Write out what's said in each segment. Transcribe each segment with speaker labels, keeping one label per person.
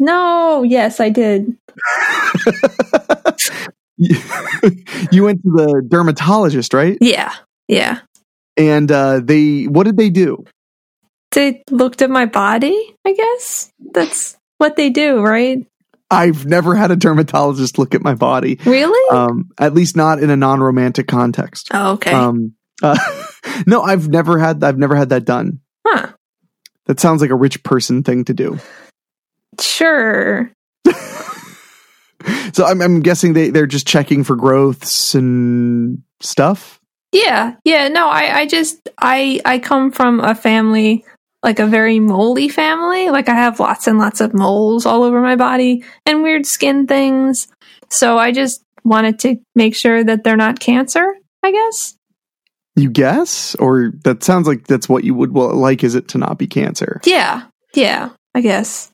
Speaker 1: No, yes, I did.
Speaker 2: You you went to the dermatologist, right?
Speaker 1: Yeah, yeah.
Speaker 2: And uh, they, what did they do?
Speaker 1: They looked at my body, I guess. That's what they do, right?
Speaker 2: I've never had a dermatologist look at my body,
Speaker 1: Really?
Speaker 2: um, at least not in a non-romantic context.
Speaker 1: oh, okay.
Speaker 2: Um, uh, no, I've never had, I've never had that done.
Speaker 1: huh.
Speaker 2: That sounds like a rich person thing to do.
Speaker 1: Sure.
Speaker 2: So I'm, I'm guessing they, they're just checking for growths and stuff.
Speaker 1: Yeah, yeah. No, I, I just, I, I come from a family like a very moldy family. Like I have lots and lots of moles all over my body and weird skin things. So I just wanted to make sure that they're not cancer. I guess.
Speaker 2: You guess, or that sounds like that's what you would wa- like. Is it to not be cancer?
Speaker 1: Yeah, yeah. I guess.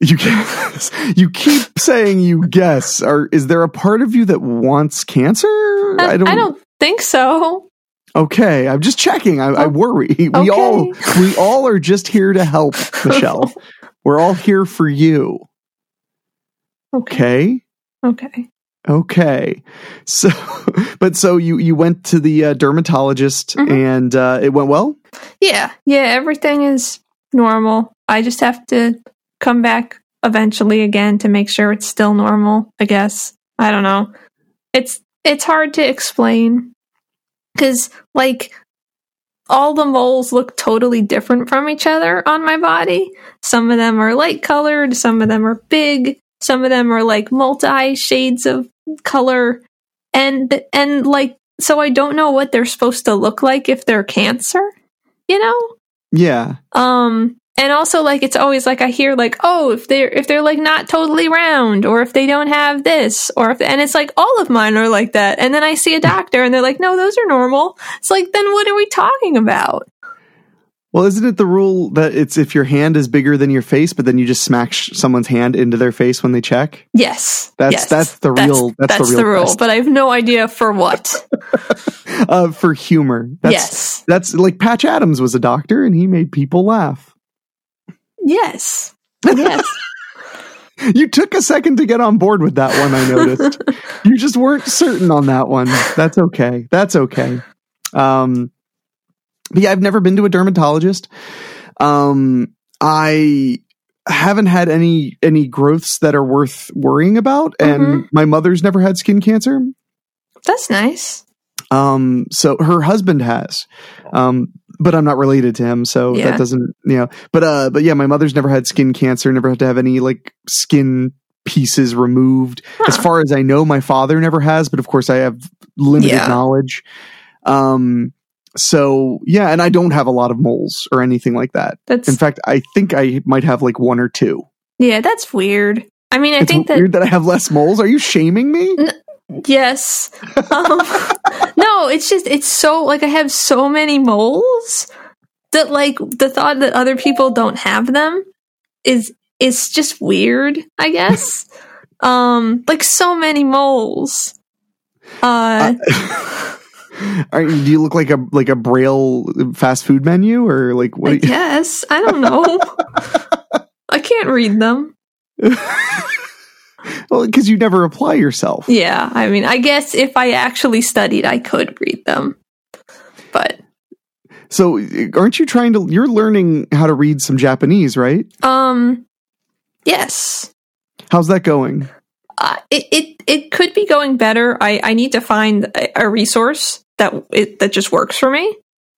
Speaker 2: You guess. You keep saying you guess. Or is there a part of you that wants cancer?
Speaker 1: I, Uh, I don't, think so.
Speaker 2: Okay, I'm just checking. I, I
Speaker 1: Oh,
Speaker 2: worry. We
Speaker 1: okay.
Speaker 2: all we all are just here to help, Michelle. We're all here for you.
Speaker 1: Okay.
Speaker 2: Okay.
Speaker 1: Okay.
Speaker 2: Okay. So, but so you you went to the uh, dermatologist
Speaker 1: Mhm.
Speaker 2: and uh, it went well.
Speaker 1: Yeah, yeah. Everything is normal. I just have to come back eventually again to make sure it's still normal. I guess I don't know. It's it's hard to explain because like all the moles look totally different from each other on my body. Some of them are light colored. Some of them are big. Some of them are like multi shades of color, and and like so I don't know what they're supposed to look like if they're cancer you know
Speaker 2: Yeah.
Speaker 1: um and also like it's always like i hear like oh if they're if they're like not totally round or if they don't have this or if and it's like all of mine are like that and then i see a doctor and they're like no those are normal it's like then what are we talking about
Speaker 2: Well, isn't it the rule that it's if your hand is bigger than your face, but then you just smack sh- someone's hand into their face when they check?
Speaker 1: yes
Speaker 2: That's-
Speaker 1: yes.
Speaker 2: that's the real- that's the real
Speaker 1: rule
Speaker 2: test.
Speaker 1: but i have no idea for what
Speaker 2: Uh, for humor. That's,
Speaker 1: yes
Speaker 2: That's like Patch Adams was a doctor and he made people laugh.
Speaker 1: yes yes
Speaker 2: You took a second to get on board with that one, I noticed. you just weren't certain on that one. That's okay. That's okay. Um, but yeah, I've never been to a dermatologist. Um, I haven't had any any growths that are worth worrying about, and
Speaker 1: Mhm.
Speaker 2: my mother's never had skin cancer.
Speaker 1: that's nice
Speaker 2: Um, so her husband has, um, but I'm not related to him, so
Speaker 1: Yeah.
Speaker 2: that doesn't, you know. But uh, but yeah, my mother's never had skin cancer, never had to have any like skin pieces removed. As
Speaker 1: Huh.
Speaker 2: far as I know, my father never has, but of course I have limited
Speaker 1: Yeah.
Speaker 2: knowledge. Um, so yeah, and I don't have a lot of moles or anything like that.
Speaker 1: that's
Speaker 2: In fact, I think I might have like one or two.
Speaker 1: yeah that's weird i mean i
Speaker 2: it's
Speaker 1: think that
Speaker 2: weird that I have less moles. Are you shaming me?
Speaker 1: Yes. Um, no, it's just it's so like I have so many moles that like the thought that other people don't have them is is just weird, I guess. um like so many moles. Uh,
Speaker 2: Are you, do you look like a like a braille fast food menu or like
Speaker 1: I
Speaker 2: what?
Speaker 1: guess. I don't know. I can't read them.
Speaker 2: Well, because you never apply yourself.
Speaker 1: Yeah, I mean, I guess if I actually studied, I could read them. But
Speaker 2: So, aren't you trying to? You're learning how to read some Japanese, right?
Speaker 1: um yes.
Speaker 2: How's that going?
Speaker 1: uh, it, it it could be going better. I, I need to find a, a resource that it, that just works for me.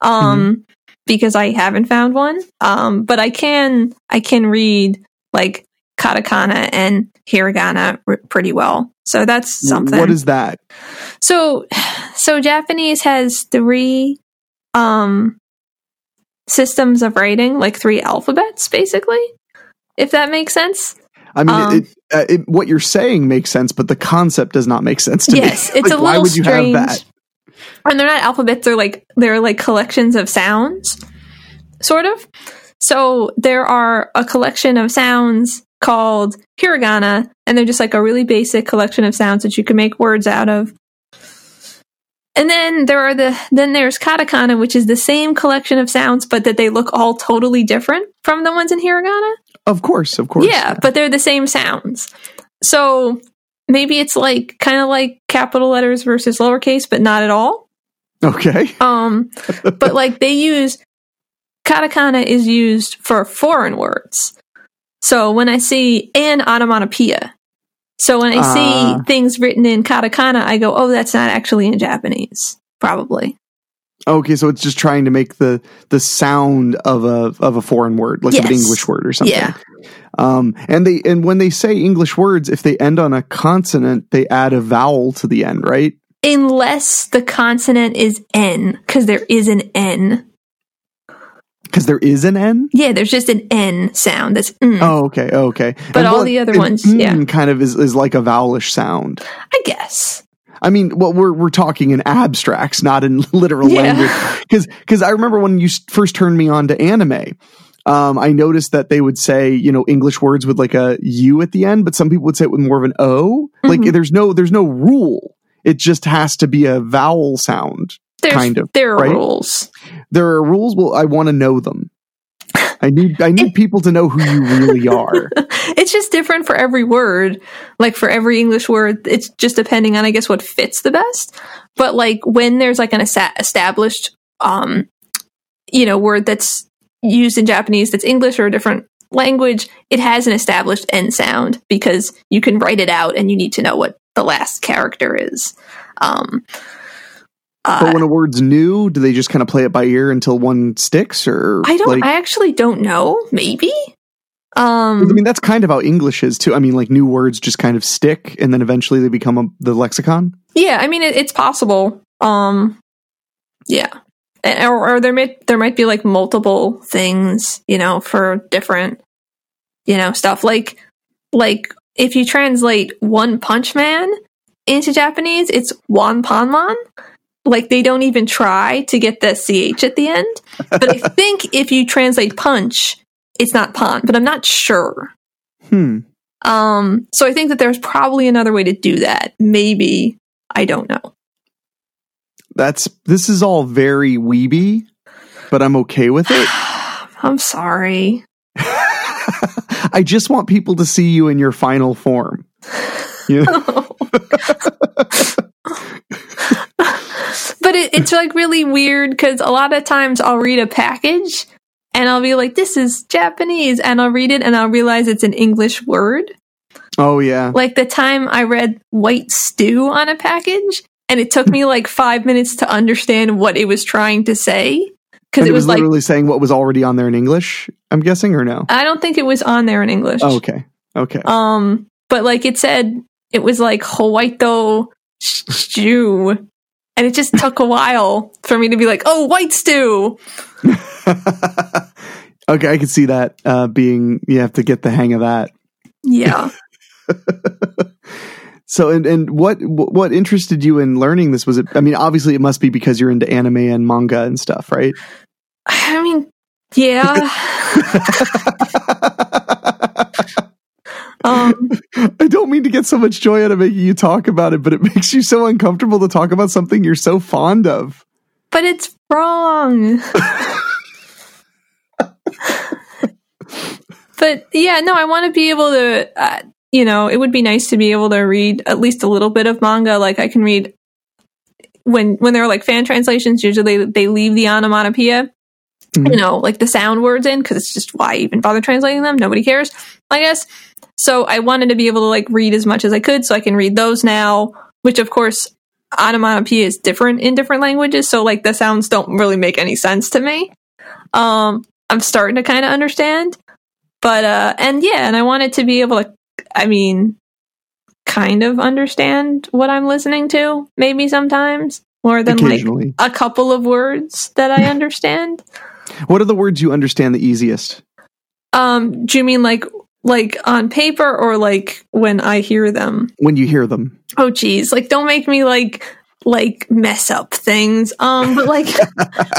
Speaker 2: Mm-hmm.
Speaker 1: Um, because I haven't found one. Um, but I can I can read like katakana and hiragana r- pretty well. So that's something.
Speaker 2: What is that?
Speaker 1: So, so Japanese has three um systems of writing, like three alphabets, basically. If that makes sense.
Speaker 2: I mean,
Speaker 1: Um,
Speaker 2: it, uh, it, what you're saying makes sense, but the concept does not make sense to me.
Speaker 1: Yes, it's
Speaker 2: Like,
Speaker 1: a little
Speaker 2: why would you
Speaker 1: strange.
Speaker 2: have that?
Speaker 1: And they're not alphabets; they're like they're like collections of sounds, sort of. So there are a collection of sounds called hiragana, and they're just like a really basic collection of sounds that you can make words out of. And then there are the then there's katakana, which is the same collection of sounds, but that they look all totally different from the ones in hiragana.
Speaker 2: Of course, of course.
Speaker 1: Yeah, but they're the same sounds. So maybe it's like kind of like capital letters versus lowercase, but not at all.
Speaker 2: Okay.
Speaker 1: Um, but like they use katakana is used for foreign words. So when I see an onomatopoeia, so when I
Speaker 2: Ah.
Speaker 1: see things written in katakana, I go, oh, that's not actually in Japanese, probably.
Speaker 2: Okay, so it's just trying to make the the sound of a of a foreign word, like an
Speaker 1: Yes.
Speaker 2: English word or something.
Speaker 1: Yeah.
Speaker 2: Um, and they and when they say English words, if they end on a consonant, they add a vowel to the end, right?
Speaker 1: Unless the consonant is N, because there is an N.
Speaker 2: Because there is an N.
Speaker 1: Yeah, there's just an N sound that's mm.
Speaker 2: Oh, okay, oh, okay.
Speaker 1: But all the other
Speaker 2: and
Speaker 1: ones,
Speaker 2: mm
Speaker 1: yeah.
Speaker 2: kind of is, is like a vowelish sound.
Speaker 1: I guess.
Speaker 2: I mean, well, we're we're talking in abstracts, not in literal
Speaker 1: Yeah.
Speaker 2: language. Because because I remember when you s- first turned me on to anime, um, I noticed that they would say you know English words with like a u at the end, but some people would say it with more of an o. Like
Speaker 1: Mhm.
Speaker 2: there's no there's no rule. It just has to be a vowel sound.
Speaker 1: There's,
Speaker 2: Kind of,
Speaker 1: There are
Speaker 2: right?
Speaker 1: rules.
Speaker 2: There are rules. Well, I want to know them. I need I need people to know who you really are.
Speaker 1: It's just different for every word. Like for every English word, it's just depending on, I guess, what fits the best. But like when there's like an esa- established, um, you know, word that's used in Japanese that's English or a different language, it has an established N sound because you can write it out and you need to know what the last character is. Um, uh,
Speaker 2: But when a word's new, do they just kind of play it by ear until one sticks? Or
Speaker 1: I don't,
Speaker 2: like-
Speaker 1: I actually don't know. Maybe. Um,
Speaker 2: I mean, that's kind of how English is too. I mean, like new words just kind of stick, and then eventually they become a, the lexicon.
Speaker 1: Yeah, I mean it, it's possible. Um, yeah, And- or, or there might there might be like multiple things, you know, for different, you know, stuff. Like like if you translate One Punch Man into Japanese, it's One Panman. Like they don't even try to get the ch at the end. But I think if you translate punch, it's not pon. But I'm not sure.
Speaker 2: Hmm.
Speaker 1: Um, so I think that there's probably another way to do that. Maybe I don't know.
Speaker 2: That's this is all very weeby, but I'm okay with it.
Speaker 1: I'm sorry.
Speaker 2: I just want people to see you in your final form. You know?
Speaker 1: but it, it's like really weird because a lot of times I'll read a package and I'll be like, this is Japanese. And I'll read it and I'll realize it's an English word.
Speaker 2: Oh yeah.
Speaker 1: Like the time I read white stew on a package and it took me like five minutes to understand what it was trying to say. Because
Speaker 2: And
Speaker 1: it was, like,
Speaker 2: literally saying what was already on there in English. I'm guessing, or no?
Speaker 1: I don't think it was on there in English.
Speaker 2: Oh, okay. Okay.
Speaker 1: Um, but like it said, it was like Hawaito stew, and it just took a while for me to be like, oh, white stew.
Speaker 2: okay, I can see that uh, being. You have to get the hang of that.
Speaker 1: Yeah,
Speaker 2: So and and what what interested you in learning this was it I mean obviously it must be because you're into anime and manga and stuff, right?
Speaker 1: I mean, yeah. um,
Speaker 2: I don't mean to get so much joy out of making you talk about it, but it makes you so uncomfortable to talk about something you're so fond of.
Speaker 1: but it's wrong. but yeah, no, I want to be able to, uh, you know, it would be nice to be able to read at least a little bit of manga. Like I can read when when there are like fan translations. Usually they, they leave the onomatopoeia,
Speaker 2: Mhm.
Speaker 1: you know, like the sound words in because it's just why even bother translating them? Nobody cares, I guess. So I wanted to be able to like read as much as I could, so I can read those now. Which of course, onomatopoeia is different in different languages, so like the sounds don't really make any sense to me. Um, I'm starting to kind of understand but uh and yeah and i wanted to be able to i mean kind of understand what i'm listening to maybe sometimes more than like
Speaker 2: Occasionally.
Speaker 1: a couple of words that i understand
Speaker 2: what are the words you understand the easiest?
Speaker 1: um do you mean like like on paper or like when I hear them.
Speaker 2: when you hear them.
Speaker 1: Oh geez, like don't make me like like mess up things. Um, but like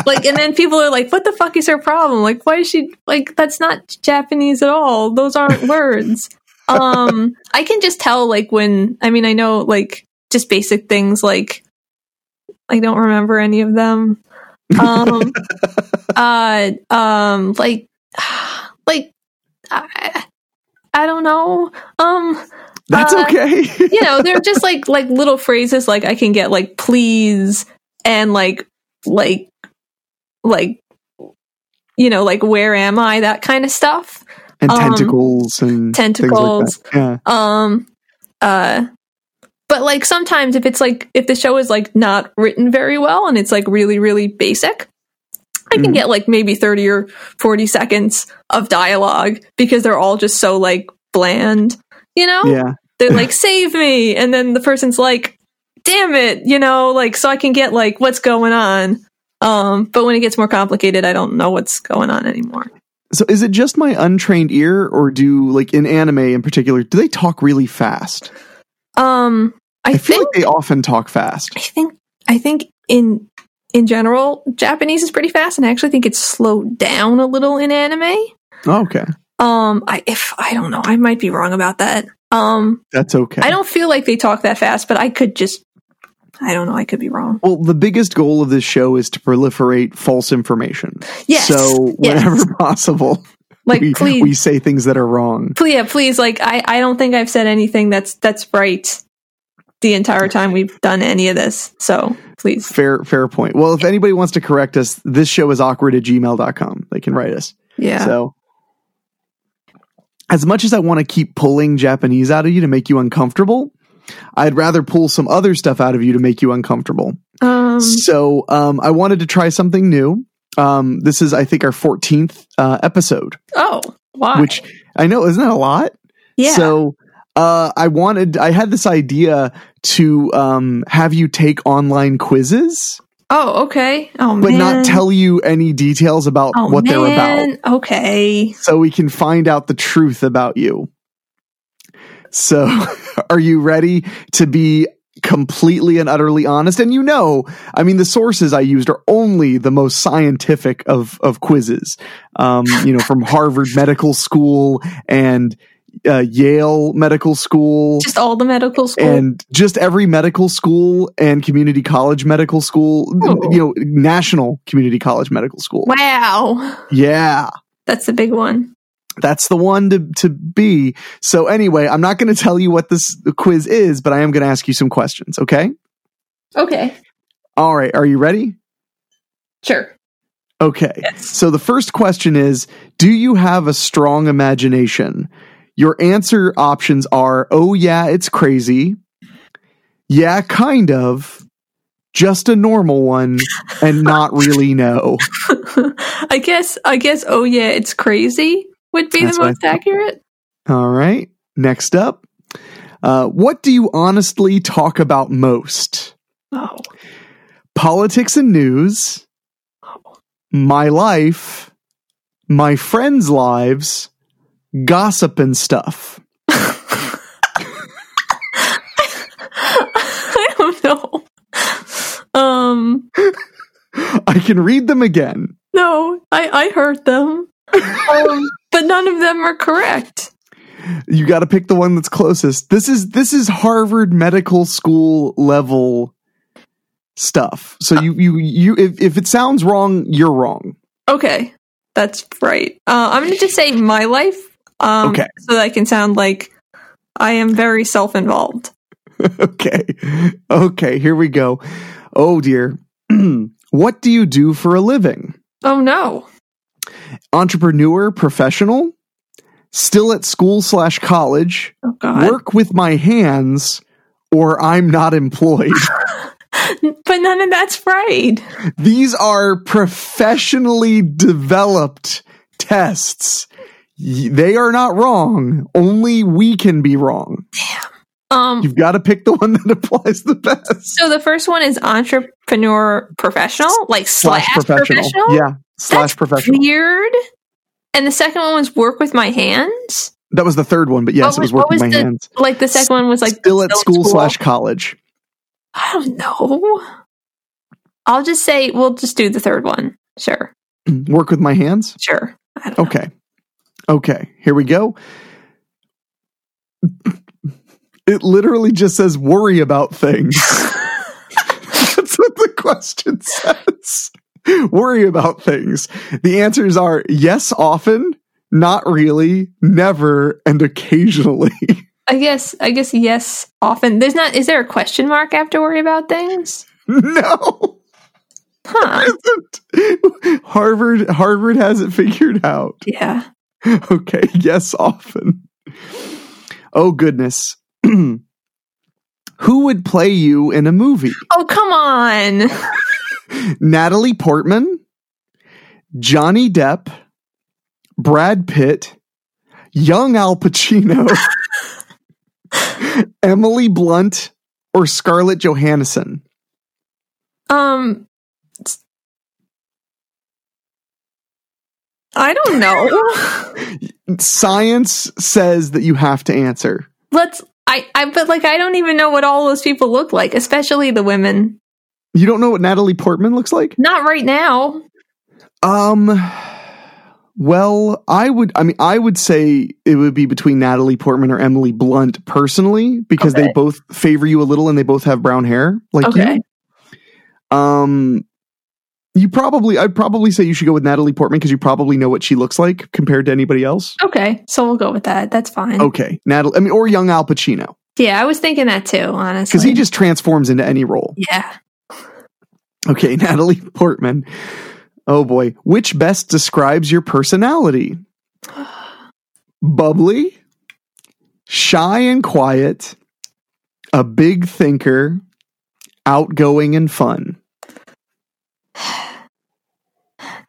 Speaker 1: like and then people are like, what the fuck is her problem? Like why is she like that's not Japanese at all. Those aren't words. um, I can just tell like when I mean I know like just basic things like I don't remember any of them. Um, uh, um, like like I, I don't know. Um
Speaker 2: That's
Speaker 1: Uh,
Speaker 2: okay.
Speaker 1: you know, they're just like like little phrases like I can get like please and like like like you know, like where am I, that kind of stuff.
Speaker 2: and
Speaker 1: um,
Speaker 2: tentacles and things like
Speaker 1: tentacles.
Speaker 2: that. Yeah.
Speaker 1: Um uh but like sometimes if it's like if the show is like not written very well and it's like really really basic, I can
Speaker 2: Mhm.
Speaker 1: get like maybe 30 or 40 seconds of dialogue because they're all just so like bland, you know?
Speaker 2: Yeah.
Speaker 1: they're like save me and then the person's like damn it you know like so i can get like what's going on um but when it gets more complicated i don't know what's going on anymore
Speaker 2: So is it just my untrained ear or do like in anime in particular, do they talk really fast?
Speaker 1: um i,
Speaker 2: I, feel
Speaker 1: think
Speaker 2: like they often talk fast.
Speaker 1: i think i think in in general japanese is pretty fast and i actually think it's slowed down a little in anime
Speaker 2: Oh, okay.
Speaker 1: um i if i don't know i might be wrong about that um
Speaker 2: That's okay.
Speaker 1: i don't feel like they talk that fast but i could just i don't know i could be wrong
Speaker 2: Well, the biggest goal of this show is to proliferate false information.
Speaker 1: yes
Speaker 2: So
Speaker 1: yes.
Speaker 2: whenever possible,
Speaker 1: like
Speaker 2: we,
Speaker 1: please
Speaker 2: we say things that are wrong.
Speaker 1: please, yeah, please. Like, I, I don't think I've said anything that's that's right the entire time we've done any of this. So please,
Speaker 2: Fair fair point. Well, if anybody wants to correct us, this show is awkward at gmail.com. They can write us.
Speaker 1: yeah,
Speaker 2: So as much as I want to keep pulling Japanese out of you to make you uncomfortable, I'd rather pull some other stuff out of you to make you uncomfortable.
Speaker 1: um,
Speaker 2: So um, I wanted to try something new. Um, this is, I think, our 14th uh, episode,
Speaker 1: oh, why?
Speaker 2: which I know isn't that a lot.
Speaker 1: yeah,
Speaker 2: So uh, I wanted, I had this idea to um, have you take online quizzes,
Speaker 1: oh, okay, oh,
Speaker 2: but
Speaker 1: man.
Speaker 2: not tell you any details about
Speaker 1: oh,
Speaker 2: what they're about,
Speaker 1: man. Okay,
Speaker 2: so we can find out the truth about you. So, are you ready to be completely and utterly honest? And you know, I mean, the sources I used are only the most scientific of of quizzes. Um, you know, from Harvard Medical School and uh, Yale Medical School.
Speaker 1: just all the medical school.
Speaker 2: and just every medical school and community college medical school,
Speaker 1: Oh.
Speaker 2: you know, national community college medical school.
Speaker 1: wow,
Speaker 2: Yeah
Speaker 1: that's the big one.
Speaker 2: that's the one to, to be. So anyway, I'm not going to tell you what this quiz is, but I am going to ask you some questions. Okay.
Speaker 1: Okay,
Speaker 2: All right. Are you ready?
Speaker 1: sure.
Speaker 2: Okay. So the first question is, do you have a strong imagination? Your answer options are, oh yeah, it's crazy. Yeah, kind of. Just a normal one and not really no.
Speaker 1: I guess. I guess. Oh yeah, it's crazy. Would be
Speaker 2: That's
Speaker 1: the
Speaker 2: what I
Speaker 1: most
Speaker 2: thought.
Speaker 1: accurate.
Speaker 2: All right. Next up. Uh, what do you honestly talk about most?
Speaker 1: Oh,
Speaker 2: politics and news, my life, my friends' lives, gossip and stuff.
Speaker 1: I don't know. Um.
Speaker 2: I can read them again.
Speaker 1: No, I, I heard them. um, but none of them are correct.
Speaker 2: You got to pick the one that's closest. This is this is Harvard Medical School level stuff. So you you you if, if it sounds wrong, you're wrong.
Speaker 1: Okay, that's right. Uh, I'm going to just say my life um,
Speaker 2: Okay.
Speaker 1: so that I can sound like I am very self involved.
Speaker 2: okay. Okay, here we go. Oh dear. what do you do for a living?
Speaker 1: Oh no.
Speaker 2: entrepreneur professional still at school slash college
Speaker 1: Oh God.
Speaker 2: work with my hands or i'm not employed
Speaker 1: But none of that's right.
Speaker 2: these are professionally developed tests Y- they are not wrong only we can be wrong
Speaker 1: Um,
Speaker 2: you've got to pick the one that applies the best
Speaker 1: so the first one is entrepreneur professional, like slash, professional.
Speaker 2: yeah slash
Speaker 1: That's
Speaker 2: professional
Speaker 1: Weird. And the second one was work with my hands.
Speaker 2: That was the third one, but yes,
Speaker 1: What
Speaker 2: it was working with my
Speaker 1: the,
Speaker 2: hands.
Speaker 1: Like the second one was like
Speaker 2: still at school, slash college.
Speaker 1: I don't know. I'll just say we'll just do the third one. Sure,
Speaker 2: Work with my hands.
Speaker 1: sure. I don't know.
Speaker 2: Okay. Okay. Here we go. It literally just says worry about things. That's what the question says. Worry about things. The answers are yes, often, not really, never, and occasionally.
Speaker 1: I guess. I guess yes. Often there's not. Is there a question mark after worry about things?
Speaker 2: no,
Speaker 1: Huh?
Speaker 2: isn't. Harvard Harvard has it figured out.
Speaker 1: yeah.
Speaker 2: Okay, yes, often. Oh, goodness. Who would play you in a movie?
Speaker 1: Oh come on.
Speaker 2: Natalie Portman, Johnny Depp, Brad Pitt, young Al Pacino, Emily Blunt, or Scarlett Johansson?
Speaker 1: Um. I don't know.
Speaker 2: Science says that you have to answer.
Speaker 1: Let's. I. I. But like, I don't even know what all those people look like, especially the women.
Speaker 2: You don't know what Natalie Portman looks like?
Speaker 1: Not right now.
Speaker 2: Um well, I would I mean I would say it would be between Natalie Portman or Emily Blunt personally because they
Speaker 1: Okay.
Speaker 2: both favor you a little and they both have brown hair like
Speaker 1: Okay.
Speaker 2: you. Um you probably I'd probably say you should go with Natalie Portman because you probably know what she looks like compared to anybody else.
Speaker 1: Okay, so we'll go with that. That's fine.
Speaker 2: Okay. Natalie I mean or young Al Pacino
Speaker 1: Yeah, I was thinking that too, honestly.
Speaker 2: cuz he just transforms into any role.
Speaker 1: yeah.
Speaker 2: Okay, Natalie Portman. Oh boy. Which best describes your personality? Bubbly, shy and quiet, a big thinker, outgoing and fun.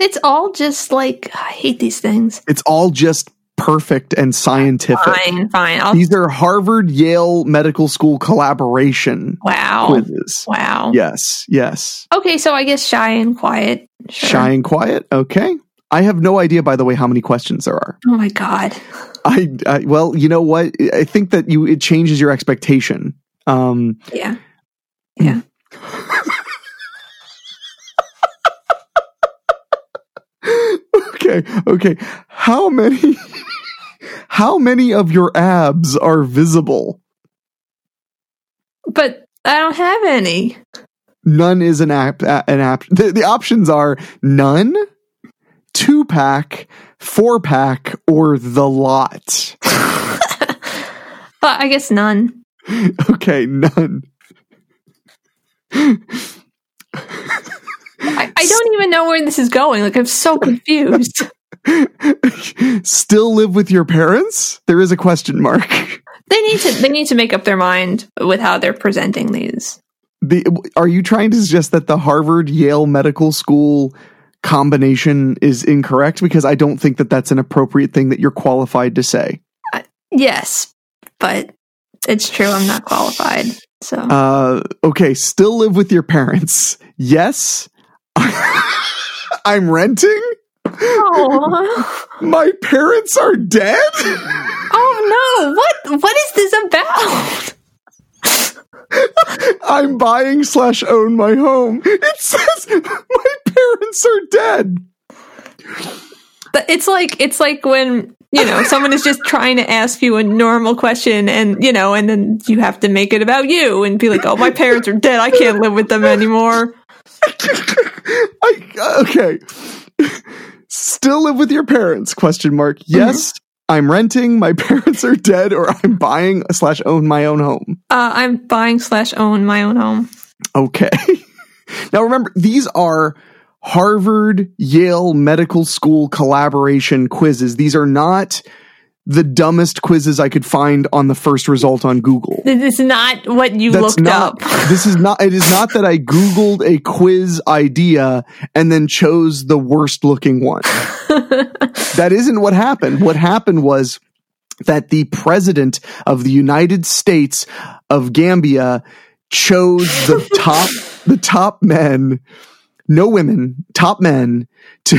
Speaker 1: It's all just like I hate these things.
Speaker 2: It's all just perfect and scientific.
Speaker 1: Fine, fine. I'll,
Speaker 2: These are Harvard Yale Medical School collaboration
Speaker 1: wow.
Speaker 2: quizzes.
Speaker 1: Wow.
Speaker 2: Yes, yes.
Speaker 1: Okay, so I guess shy and quiet. Sure.
Speaker 2: Shy and quiet. Okay. I have no idea, by the way, how many questions there are.
Speaker 1: Oh my god.
Speaker 2: I, I well, you know what? I think that you it changes your expectation. Um,
Speaker 1: Yeah. Yeah.
Speaker 2: okay, okay. How many? how many of your abs are visible?
Speaker 1: But I don't have any.
Speaker 2: None is an app. a- An app. The, the options are none, two pack, four pack, or the lot.
Speaker 1: But I guess none.
Speaker 2: Okay, none.
Speaker 1: I, I don't even know where this is going. Like I'm so confused.
Speaker 2: Still live with your parents? There is a question mark.
Speaker 1: they need to they need to make up their mind with how they're presenting these.
Speaker 2: the are you trying to suggest that the Harvard Yale Medical School combination is incorrect because I don't think that that's an appropriate thing that you're qualified to say.
Speaker 1: Yes. But it's true I'm not qualified. So
Speaker 2: Uh okay, still live with your parents. Yes. I'm renting?
Speaker 1: Aw.
Speaker 2: My parents are dead?
Speaker 1: Oh no! What what is this about?
Speaker 2: I'm buying slash own my home. It says my parents are dead.
Speaker 1: But It's like it's like when you know someone is just trying to ask you a normal question, and you know, and then you have to make it about you and be like, "Oh, my parents are dead. I can't live with them anymore."
Speaker 2: I uh, okay. Still live with your parents? Question mark. Yes, I'm renting. My parents are dead, or I'm buying slash own my own home.
Speaker 1: Uh, I'm buying slash own my own home.
Speaker 2: Okay. now remember, these are Harvard Yale Medical School collaboration quizzes. These are not the dumbest quizzes I could find on the first result on Google.
Speaker 1: This is not what you looked
Speaker 2: not,
Speaker 1: up.
Speaker 2: this is not. It is not that I googled a quiz idea and then chose the worst looking one. that isn't what happened. What happened was that the president of the United States of Gambia chose the top the top men, no women, top men to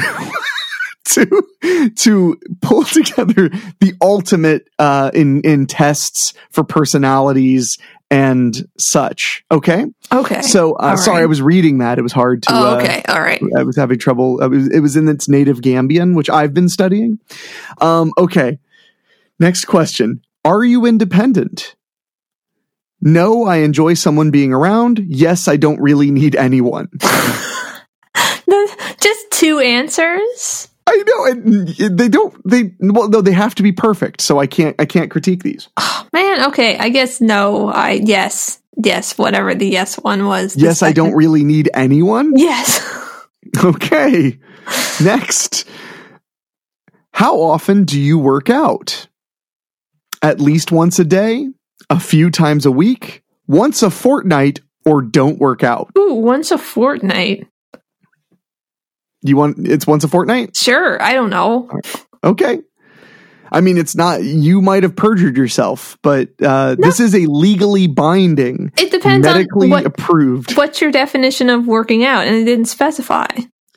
Speaker 2: to to pull together the ultimate uh, in in tests for personalities and such. Okay,
Speaker 1: Okay.
Speaker 2: so uh,
Speaker 1: All
Speaker 2: sorry,
Speaker 1: right.
Speaker 2: I was reading that. It was hard to.
Speaker 1: oh,
Speaker 2: uh,
Speaker 1: okay. All right.
Speaker 2: I was having trouble. It was, it was in its native Gambian, which I've been studying. Um, okay. Next question. Are you independent? No, I enjoy someone being around. Yes, I don't really need anyone.
Speaker 1: The- Just two answers.
Speaker 2: I know and and they don't they well no they have to be perfect, so I can't I can't critique these.
Speaker 1: Man, okay. I guess no. I yes, yes. Whatever the yes one was. the
Speaker 2: Yes, I don't
Speaker 1: second-
Speaker 2: really need anyone.
Speaker 1: Yes.
Speaker 2: Okay. Next. How often do you work out? At least once a day, a few times a week, once a fortnight, or don't work out.
Speaker 1: Ooh, once a fortnight.
Speaker 2: You want it's once a fortnight?
Speaker 1: Sure. I don't know.
Speaker 2: Okay. I mean, it's not, you might have perjured yourself, but uh, this is a legally binding,
Speaker 1: It depends
Speaker 2: medically
Speaker 1: on what
Speaker 2: approved.
Speaker 1: what's your definition of working out, and it didn't specify.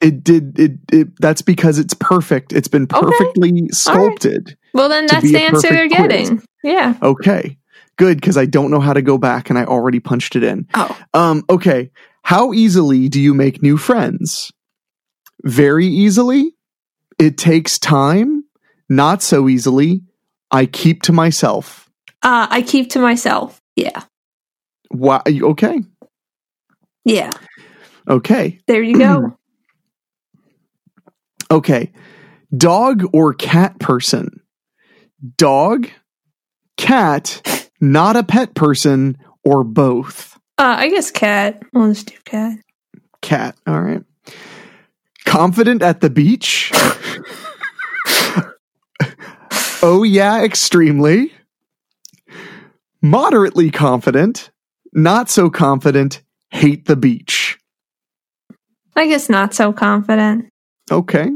Speaker 2: It did, it, it, that's because it's perfect. It's been
Speaker 1: Okay.
Speaker 2: perfectly sculpted.
Speaker 1: Well, then
Speaker 2: To
Speaker 1: that's
Speaker 2: be
Speaker 1: the
Speaker 2: a
Speaker 1: answer they're
Speaker 2: perfect quiz.
Speaker 1: getting. Yeah.
Speaker 2: Okay. Good, because I don't know how to go back and I already punched it in.
Speaker 1: Oh,
Speaker 2: Um, okay. How easily do you make new friends? Very easily. It takes time. Not so easily. I keep to myself.
Speaker 1: uh, I keep to myself. Yeah.
Speaker 2: Why? Okay.
Speaker 1: Yeah.
Speaker 2: Okay.
Speaker 1: There you go.
Speaker 2: Okay. Dog or cat person? Dog, cat, not a pet person, or both?
Speaker 1: uh, I guess cat. We'll just do cat.
Speaker 2: cat. All right. Confident at the beach. oh yeah, extremely. Moderately confident, not so confident, hate the beach.
Speaker 1: I guess not so confident.
Speaker 2: Okay.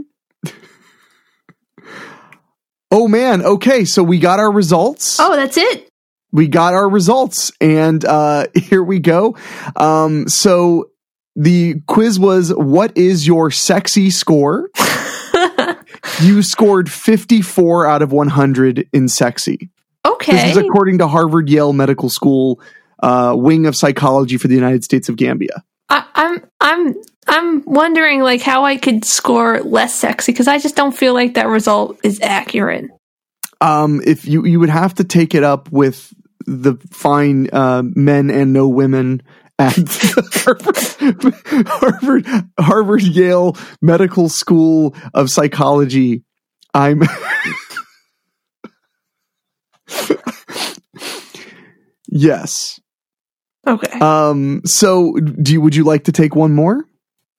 Speaker 2: oh man, okay, so we got our results.
Speaker 1: Oh, that's it.
Speaker 2: we got our results and uh here we go um so the quiz was what is your sexy score you scored 54 out of 100 in sexy
Speaker 1: okay.
Speaker 2: this is according to harvard yale medical school uh, wing of psychology for the united states of gambia
Speaker 1: I, I'm I'm I'm wondering like how I could score less sexy because I just don't feel like that result is accurate.
Speaker 2: um if you you would have to take it up with the fine uh, men and no women at the Harvard, Harvard Harvard Yale Medical School of Psychology. I'm Yes.
Speaker 1: Okay.
Speaker 2: Um so do you, would you like to take one more?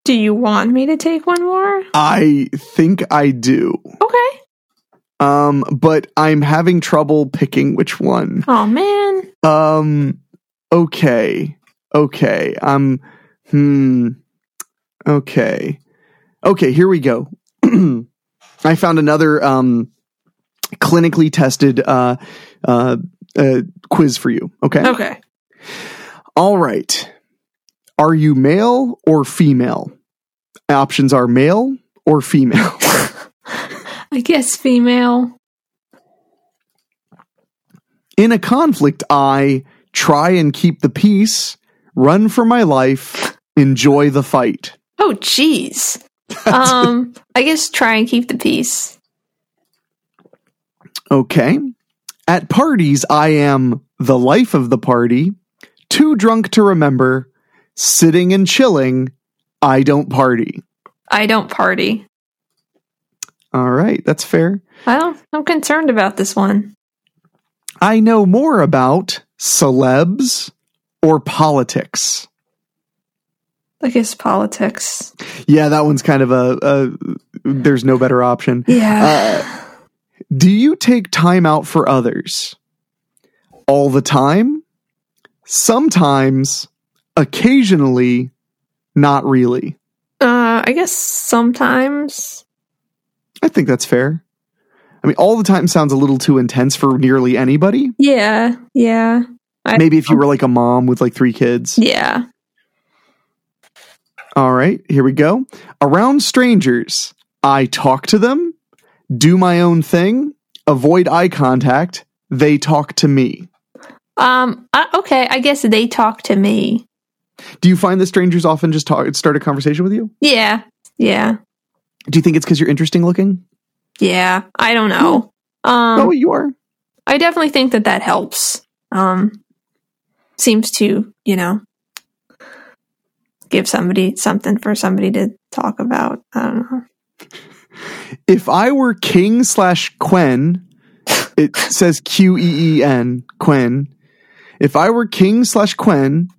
Speaker 1: Do you want me to take one more?
Speaker 2: I think I do.
Speaker 1: Okay.
Speaker 2: Um but I'm having trouble picking which one.
Speaker 1: Oh man.
Speaker 2: Um. Okay. Okay. Um. Hmm. Okay. Okay. Here we go. I found another um, clinically tested uh, uh, uh, quiz for you. Okay.
Speaker 1: Okay.
Speaker 2: All right. Are you male or female? Options are male or female.
Speaker 1: I guess female.
Speaker 2: In a conflict, I try and keep the peace, run for my life, enjoy the fight.
Speaker 1: Oh jeez. Um I guess try and keep the peace.
Speaker 2: Okay. At parties, I am the life of the party, too drunk to remember, sitting and chilling. I don't party.
Speaker 1: I don't party.
Speaker 2: All right, that's fair.
Speaker 1: I don't I'm concerned about this one.
Speaker 2: I know more about celebs or politics.
Speaker 1: I guess politics.
Speaker 2: Yeah, that one's kind of a, a there's no better option.
Speaker 1: Yeah.
Speaker 2: Do you take time out for others? All the time? Sometimes, occasionally, not really.
Speaker 1: uh I guess sometimes.
Speaker 2: I think that's fair. I mean, all the time sounds a little too intense for nearly anybody.
Speaker 1: Yeah. Yeah. I-
Speaker 2: Maybe if you were like a mom with like three kids.
Speaker 1: Yeah.
Speaker 2: All right, here we go. Around strangers, I talk to them, do my own thing, avoid eye contact, they talk to me.
Speaker 1: Um. I, okay. I guess they talk to me.
Speaker 2: Do you find that strangers often just talk start a conversation with you?
Speaker 1: Yeah. Yeah.
Speaker 2: Do you think it's because you're interesting looking?
Speaker 1: Yeah. I don't know.
Speaker 2: oh,
Speaker 1: Um.
Speaker 2: you are.
Speaker 1: I definitely think that that helps. Um. Seems to you know give somebody something for somebody to talk about. I don't know.
Speaker 2: If I were King slash Quen, it says Q E E N Quen. If I were King slash Quen,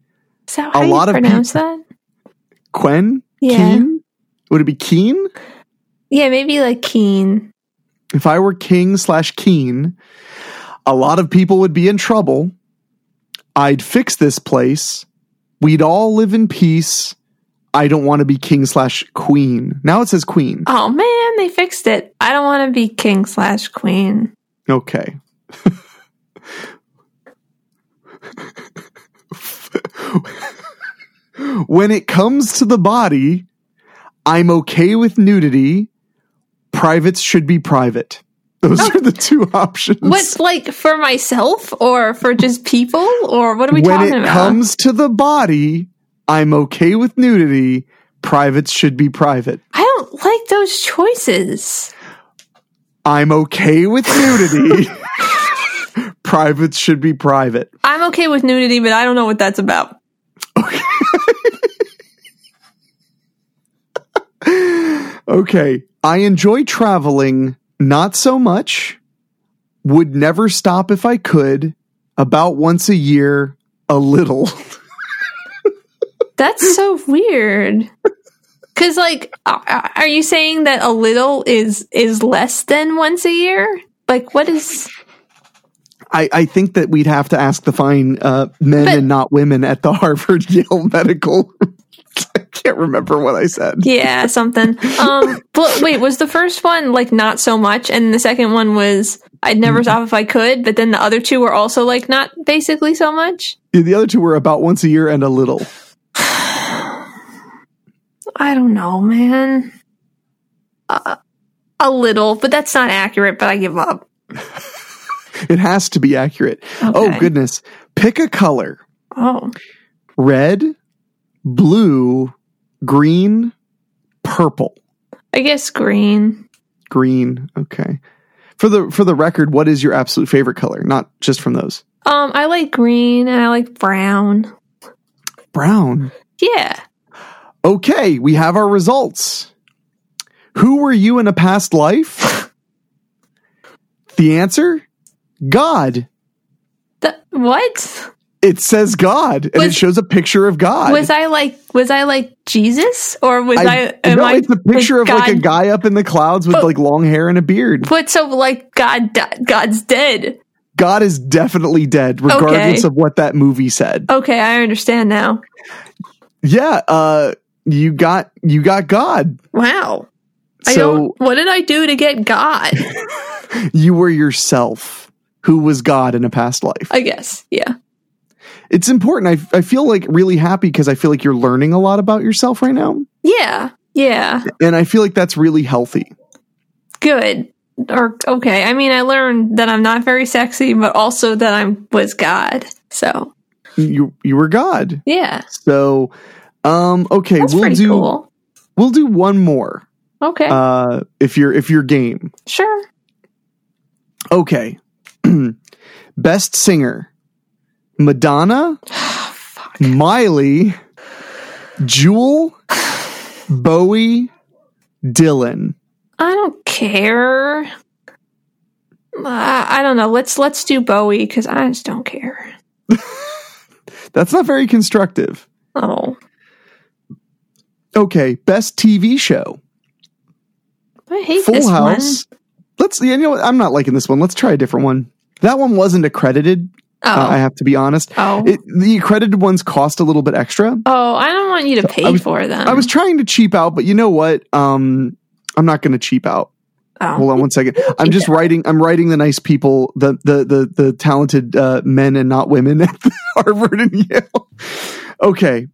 Speaker 1: Is that how
Speaker 2: A
Speaker 1: you
Speaker 2: lot of
Speaker 1: pronounce that?
Speaker 2: Quen,
Speaker 1: Yeah.
Speaker 2: Keen, would it be Keen?
Speaker 1: Yeah. Maybe like keen.
Speaker 2: If I were king slash keen, a lot of people would be in trouble. I'd fix this place. We'd all live in peace. I don't want to be king slash queen. Now it says queen.
Speaker 1: Oh man, they fixed it. I don't want to be king slash queen.
Speaker 2: Okay. when it comes to the body, I'm okay with nudity. Privates should be private. Those are the two options.
Speaker 1: Oh. What, like for myself or for just people or what are we
Speaker 2: when
Speaker 1: talking
Speaker 2: it
Speaker 1: about?
Speaker 2: comes to the body, I'm okay with nudity. Privates should be private.
Speaker 1: I don't like those choices.
Speaker 2: I'm okay with nudity. privates should be private.
Speaker 1: I'm okay with nudity, but I don't know what that's about.
Speaker 2: Okay. I enjoy traveling, not so much. Would never stop if I could. About once a year, a little.
Speaker 1: That's so weird. Cause like, a- are you saying that a little is is less than once a year? Like, what is?
Speaker 2: I, I think that we'd have to ask the fine uh, men
Speaker 1: But-
Speaker 2: and not women at the Harvard Yale Medical. I can't remember what I said.
Speaker 1: Yeah, something. Um, but wait, was the first one like not so much, and the second one was I'd never stop if I could, but then the other two were also like not basically so much.
Speaker 2: Yeah, The other two were about once a year and a little.
Speaker 1: I don't know, man. Uh, a little, but that's not accurate, but I give up.
Speaker 2: It has to be accurate. Oh,
Speaker 1: Okay.
Speaker 2: goodness. Pick a color
Speaker 1: Oh.
Speaker 2: red, blue, green, purple.
Speaker 1: I guess green.
Speaker 2: Green. Okay. For the for the record, what is your absolute favorite color? Not just from those.
Speaker 1: Um, I like green and I like brown. Hmm.
Speaker 2: Brown.
Speaker 1: Yeah.
Speaker 2: Okay, we have our results. Who were you in a past life? The answer? God.
Speaker 1: Th- what?
Speaker 2: It says God, and it
Speaker 1: Was-
Speaker 2: shows a picture of God.
Speaker 1: Was I like was I like Jesus or was I, am
Speaker 2: no,
Speaker 1: I
Speaker 2: it's a picture of
Speaker 1: was
Speaker 2: like a
Speaker 1: God-
Speaker 2: guy up in the clouds with
Speaker 1: But-
Speaker 2: like long hair and a beard.
Speaker 1: But so like God di- God's dead.
Speaker 2: God is definitely dead, regardless
Speaker 1: Okay.
Speaker 2: of what that movie said.
Speaker 1: Okay, I understand now.
Speaker 2: Yeah, uh, you got you got God.
Speaker 1: Wow. I
Speaker 2: so
Speaker 1: don't what did I do to get God?
Speaker 2: you were yourself, who was God in a past life.
Speaker 1: I guess. Yeah.
Speaker 2: It's important. I I feel like really happy because I feel like you're learning a lot about yourself right now,
Speaker 1: Yeah. Yeah.
Speaker 2: and I feel like that's really healthy.
Speaker 1: good or okay i mean i learned that i'm not very sexy but also that i'm was god so
Speaker 2: You you were God.
Speaker 1: yeah
Speaker 2: So, um, okay,
Speaker 1: that's
Speaker 2: we'll
Speaker 1: pretty
Speaker 2: do
Speaker 1: cool
Speaker 2: we'll do one more.
Speaker 1: okay
Speaker 2: Uh, if you're if you're game.
Speaker 1: sure
Speaker 2: Okay. Best singer Madonna, Miley, Jewel, Bowie, Dylan.
Speaker 1: i don't care uh, i don't know let's let's do bowie because i just don't care
Speaker 2: That's not very constructive.
Speaker 1: oh
Speaker 2: Okay. Best TV show
Speaker 1: i hate
Speaker 2: Full
Speaker 1: this
Speaker 2: House. Let's, you know what? I'm not liking this one. Let's try a different one. That one wasn't accredited.
Speaker 1: one
Speaker 2: uh,
Speaker 1: oh
Speaker 2: I have to be honest.
Speaker 1: oh
Speaker 2: It, the accredited ones cost a little bit extra.
Speaker 1: oh i don't want you to pay
Speaker 2: was-
Speaker 1: for them Oh.
Speaker 2: I was trying to cheap out, but you know what? Um, I'm not going to cheap out.
Speaker 1: oh.
Speaker 2: Hold on one second. I'm just writing. I'm writing the nice people, the the the the talented uh, men and not women at Harvard and Yale. Okay,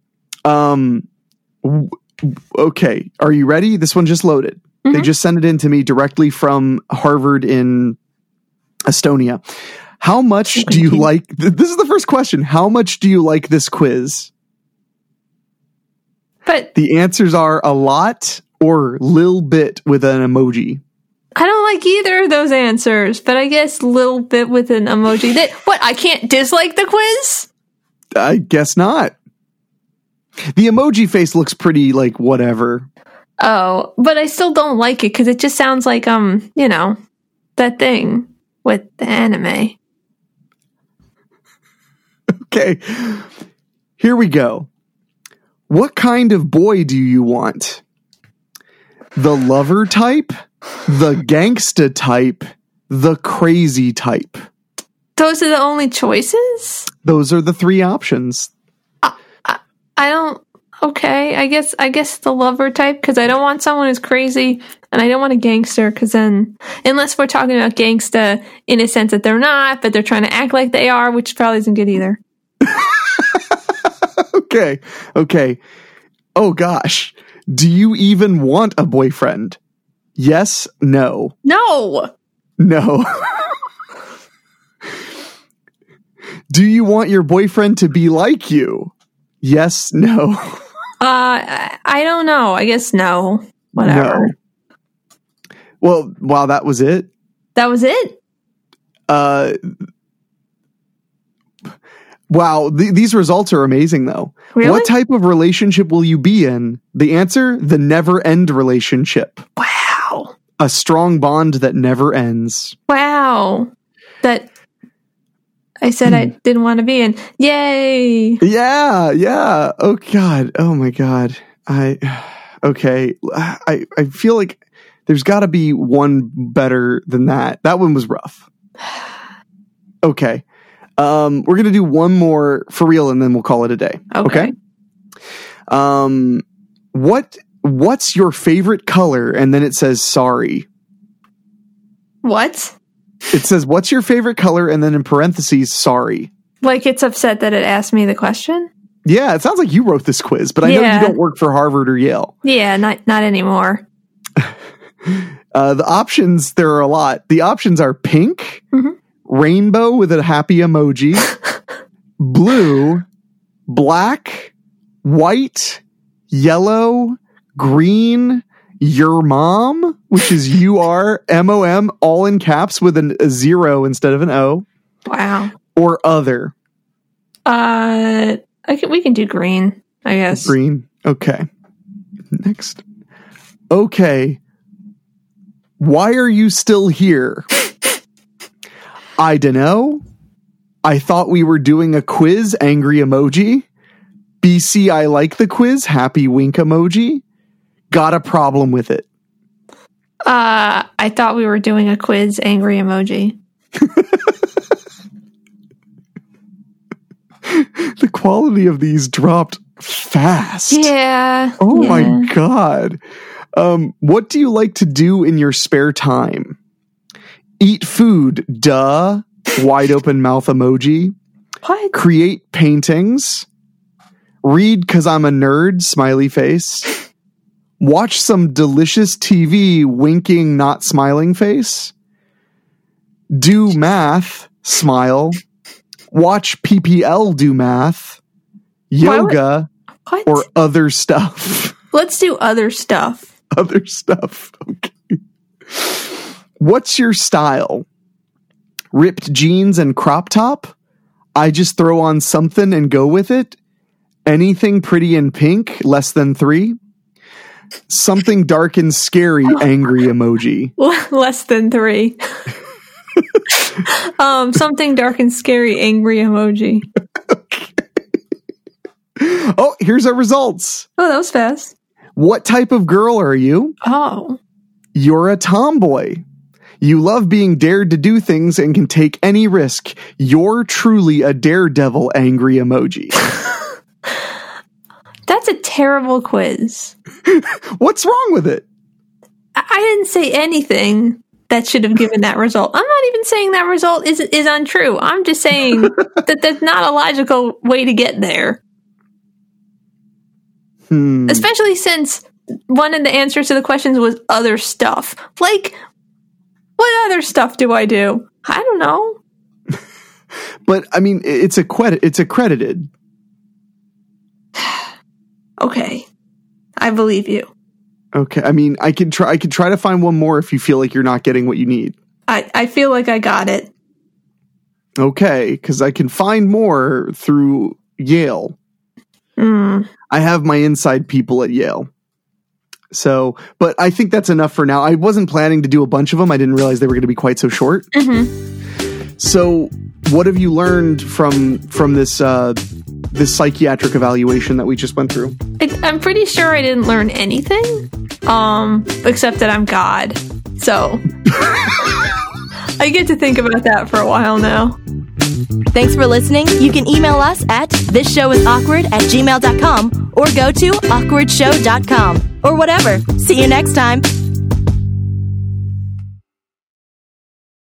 Speaker 2: um, w- okay. Are you ready? This one just loaded. They just sent it in to me directly from Harvard in Estonia. How much do you
Speaker 1: Estonia.
Speaker 2: like? th- This is the first question. How much do you like this quiz?
Speaker 1: But
Speaker 2: The answers are a lot or little bit with an emoji.
Speaker 1: I don't like either of those answers. But I guess little bit with an emoji. That what I can't dislike the quiz.
Speaker 2: I guess not. The emoji face looks pretty like whatever.
Speaker 1: Oh, but I still don't like it because it just sounds like um, you know, that thing with the anime.
Speaker 2: Okay. Here we go. What kind of boy do you want? The lover type, the gangsta type, the crazy type.
Speaker 1: Those are the only choices.
Speaker 2: Those are the three options.
Speaker 1: I don't. Okay, I guess I guess the lover type because I don't want someone who's crazy, and I don't want a gangster because then, unless we're talking about gangsta in a sense that they're not, but they're trying to act like they are, which probably isn't good either.
Speaker 2: Okay. Okay. Oh gosh. Do you even want a boyfriend? Yes, no.
Speaker 1: No,
Speaker 2: No. Do you want your boyfriend to be like you? Yes, no.
Speaker 1: uh, I I don't know. I guess no. Whatever.
Speaker 2: No. Well, wow, that was it.
Speaker 1: That was it.
Speaker 2: Uh, wow, th- these results are amazing, though.
Speaker 1: Really?
Speaker 2: What type of relationship will you be in? The answer the never end relationship,
Speaker 1: Wow.
Speaker 2: a strong bond that never ends.
Speaker 1: Wow. That I said I didn't want to be in. Yay.
Speaker 2: Yeah, yeah. Oh God. Oh my God. I okay. I I feel like there's got to be one better than that. That one was rough. Okay. Um, we're gonna do one more for real, and then we'll call it a day.
Speaker 1: Okay.
Speaker 2: Um, what What's your favorite color? And then it says sorry.
Speaker 1: What?
Speaker 2: It says what's your favorite color? And then in parentheses, sorry.
Speaker 1: Like it's upset that it asked me the question?
Speaker 2: Yeah, it sounds like you wrote this quiz, but I know
Speaker 1: Yeah.
Speaker 2: you don't work for Harvard or Yale.
Speaker 1: Yeah, not not anymore.
Speaker 2: Uh, the options there are a lot. The options are pink,
Speaker 1: Mhm.
Speaker 2: rainbow with a happy emoji, blue, black, white, yellow, green, your mom, which is U R M O M, all in caps with an, a zero instead of an O,
Speaker 1: Wow.
Speaker 2: or other.
Speaker 1: Uh, I can, we can do green, I guess.
Speaker 2: Green. Okay. Next. Okay. Why are you still here? I dunno. I thought we were doing a quiz, angry emoji. BC, I like the quiz, happy wink emoji. Got a problem with it.
Speaker 1: Uh, I thought we were doing a quiz, angry emoji.
Speaker 2: The quality of these dropped fast.
Speaker 1: Yeah.
Speaker 2: Oh
Speaker 1: yeah.
Speaker 2: my god. Um, what do you like to do in your spare time? Eat food, duh. Wide open mouth emoji.
Speaker 1: What?
Speaker 2: Create paintings. Read cause I'm a nerd, smiley face. Watch some delicious TV, winking, not smiling face. Do math, smile. Watch PPL do math.
Speaker 1: Why would-
Speaker 2: Yoga
Speaker 1: What?
Speaker 2: or other stuff.
Speaker 1: Let's do other stuff.
Speaker 2: other stuff. Okay. What's your style? Ripped jeans and crop top? I just throw on something and go with it? Anything pretty and pink, less than three? Something dark and scary, angry emoji.
Speaker 1: Less than three. um, something dark and scary, angry emoji.
Speaker 2: Oh, here's our results.
Speaker 1: Oh, that was fast.
Speaker 2: What type of girl are you?
Speaker 1: Oh,
Speaker 2: You're a tomboy. You love being dared to do things and can take any risk. You're truly a daredevil, angry emoji.
Speaker 1: that's a terrible quiz.
Speaker 2: What's wrong with it?
Speaker 1: I, I didn't say anything that should have given that result. I'm not even saying that result is is untrue. I'm just saying that there's not a logical way to get there.
Speaker 2: Hmm.
Speaker 1: especially since one of the answers to the questions was other stuff. Like, what other stuff do I do? I don't know.
Speaker 2: But I mean, i- it's a credit. It's accredited.
Speaker 1: Okay, I believe you.
Speaker 2: Okay. I mean, I could try. I could try to find one more if you feel like you're not getting what you need.
Speaker 1: I I feel like I got it.
Speaker 2: Okay, because I can find more through Yale.
Speaker 1: Mm.
Speaker 2: I have my inside people at Yale. So, but I think that's enough for now. I wasn't planning to do a bunch of them. I didn't realize they were going to be quite so short.
Speaker 1: hmm
Speaker 2: So, what have you learned from from this uh, this psychiatric evaluation that we just went through?
Speaker 1: I, I'm pretty sure I didn't learn anything, um, except that I'm God. So I get to think about that for a while now.
Speaker 3: Thanks for listening. You can email us at this show is awkward at gmail.com or go to awkwardshow.com or whatever. See you next time.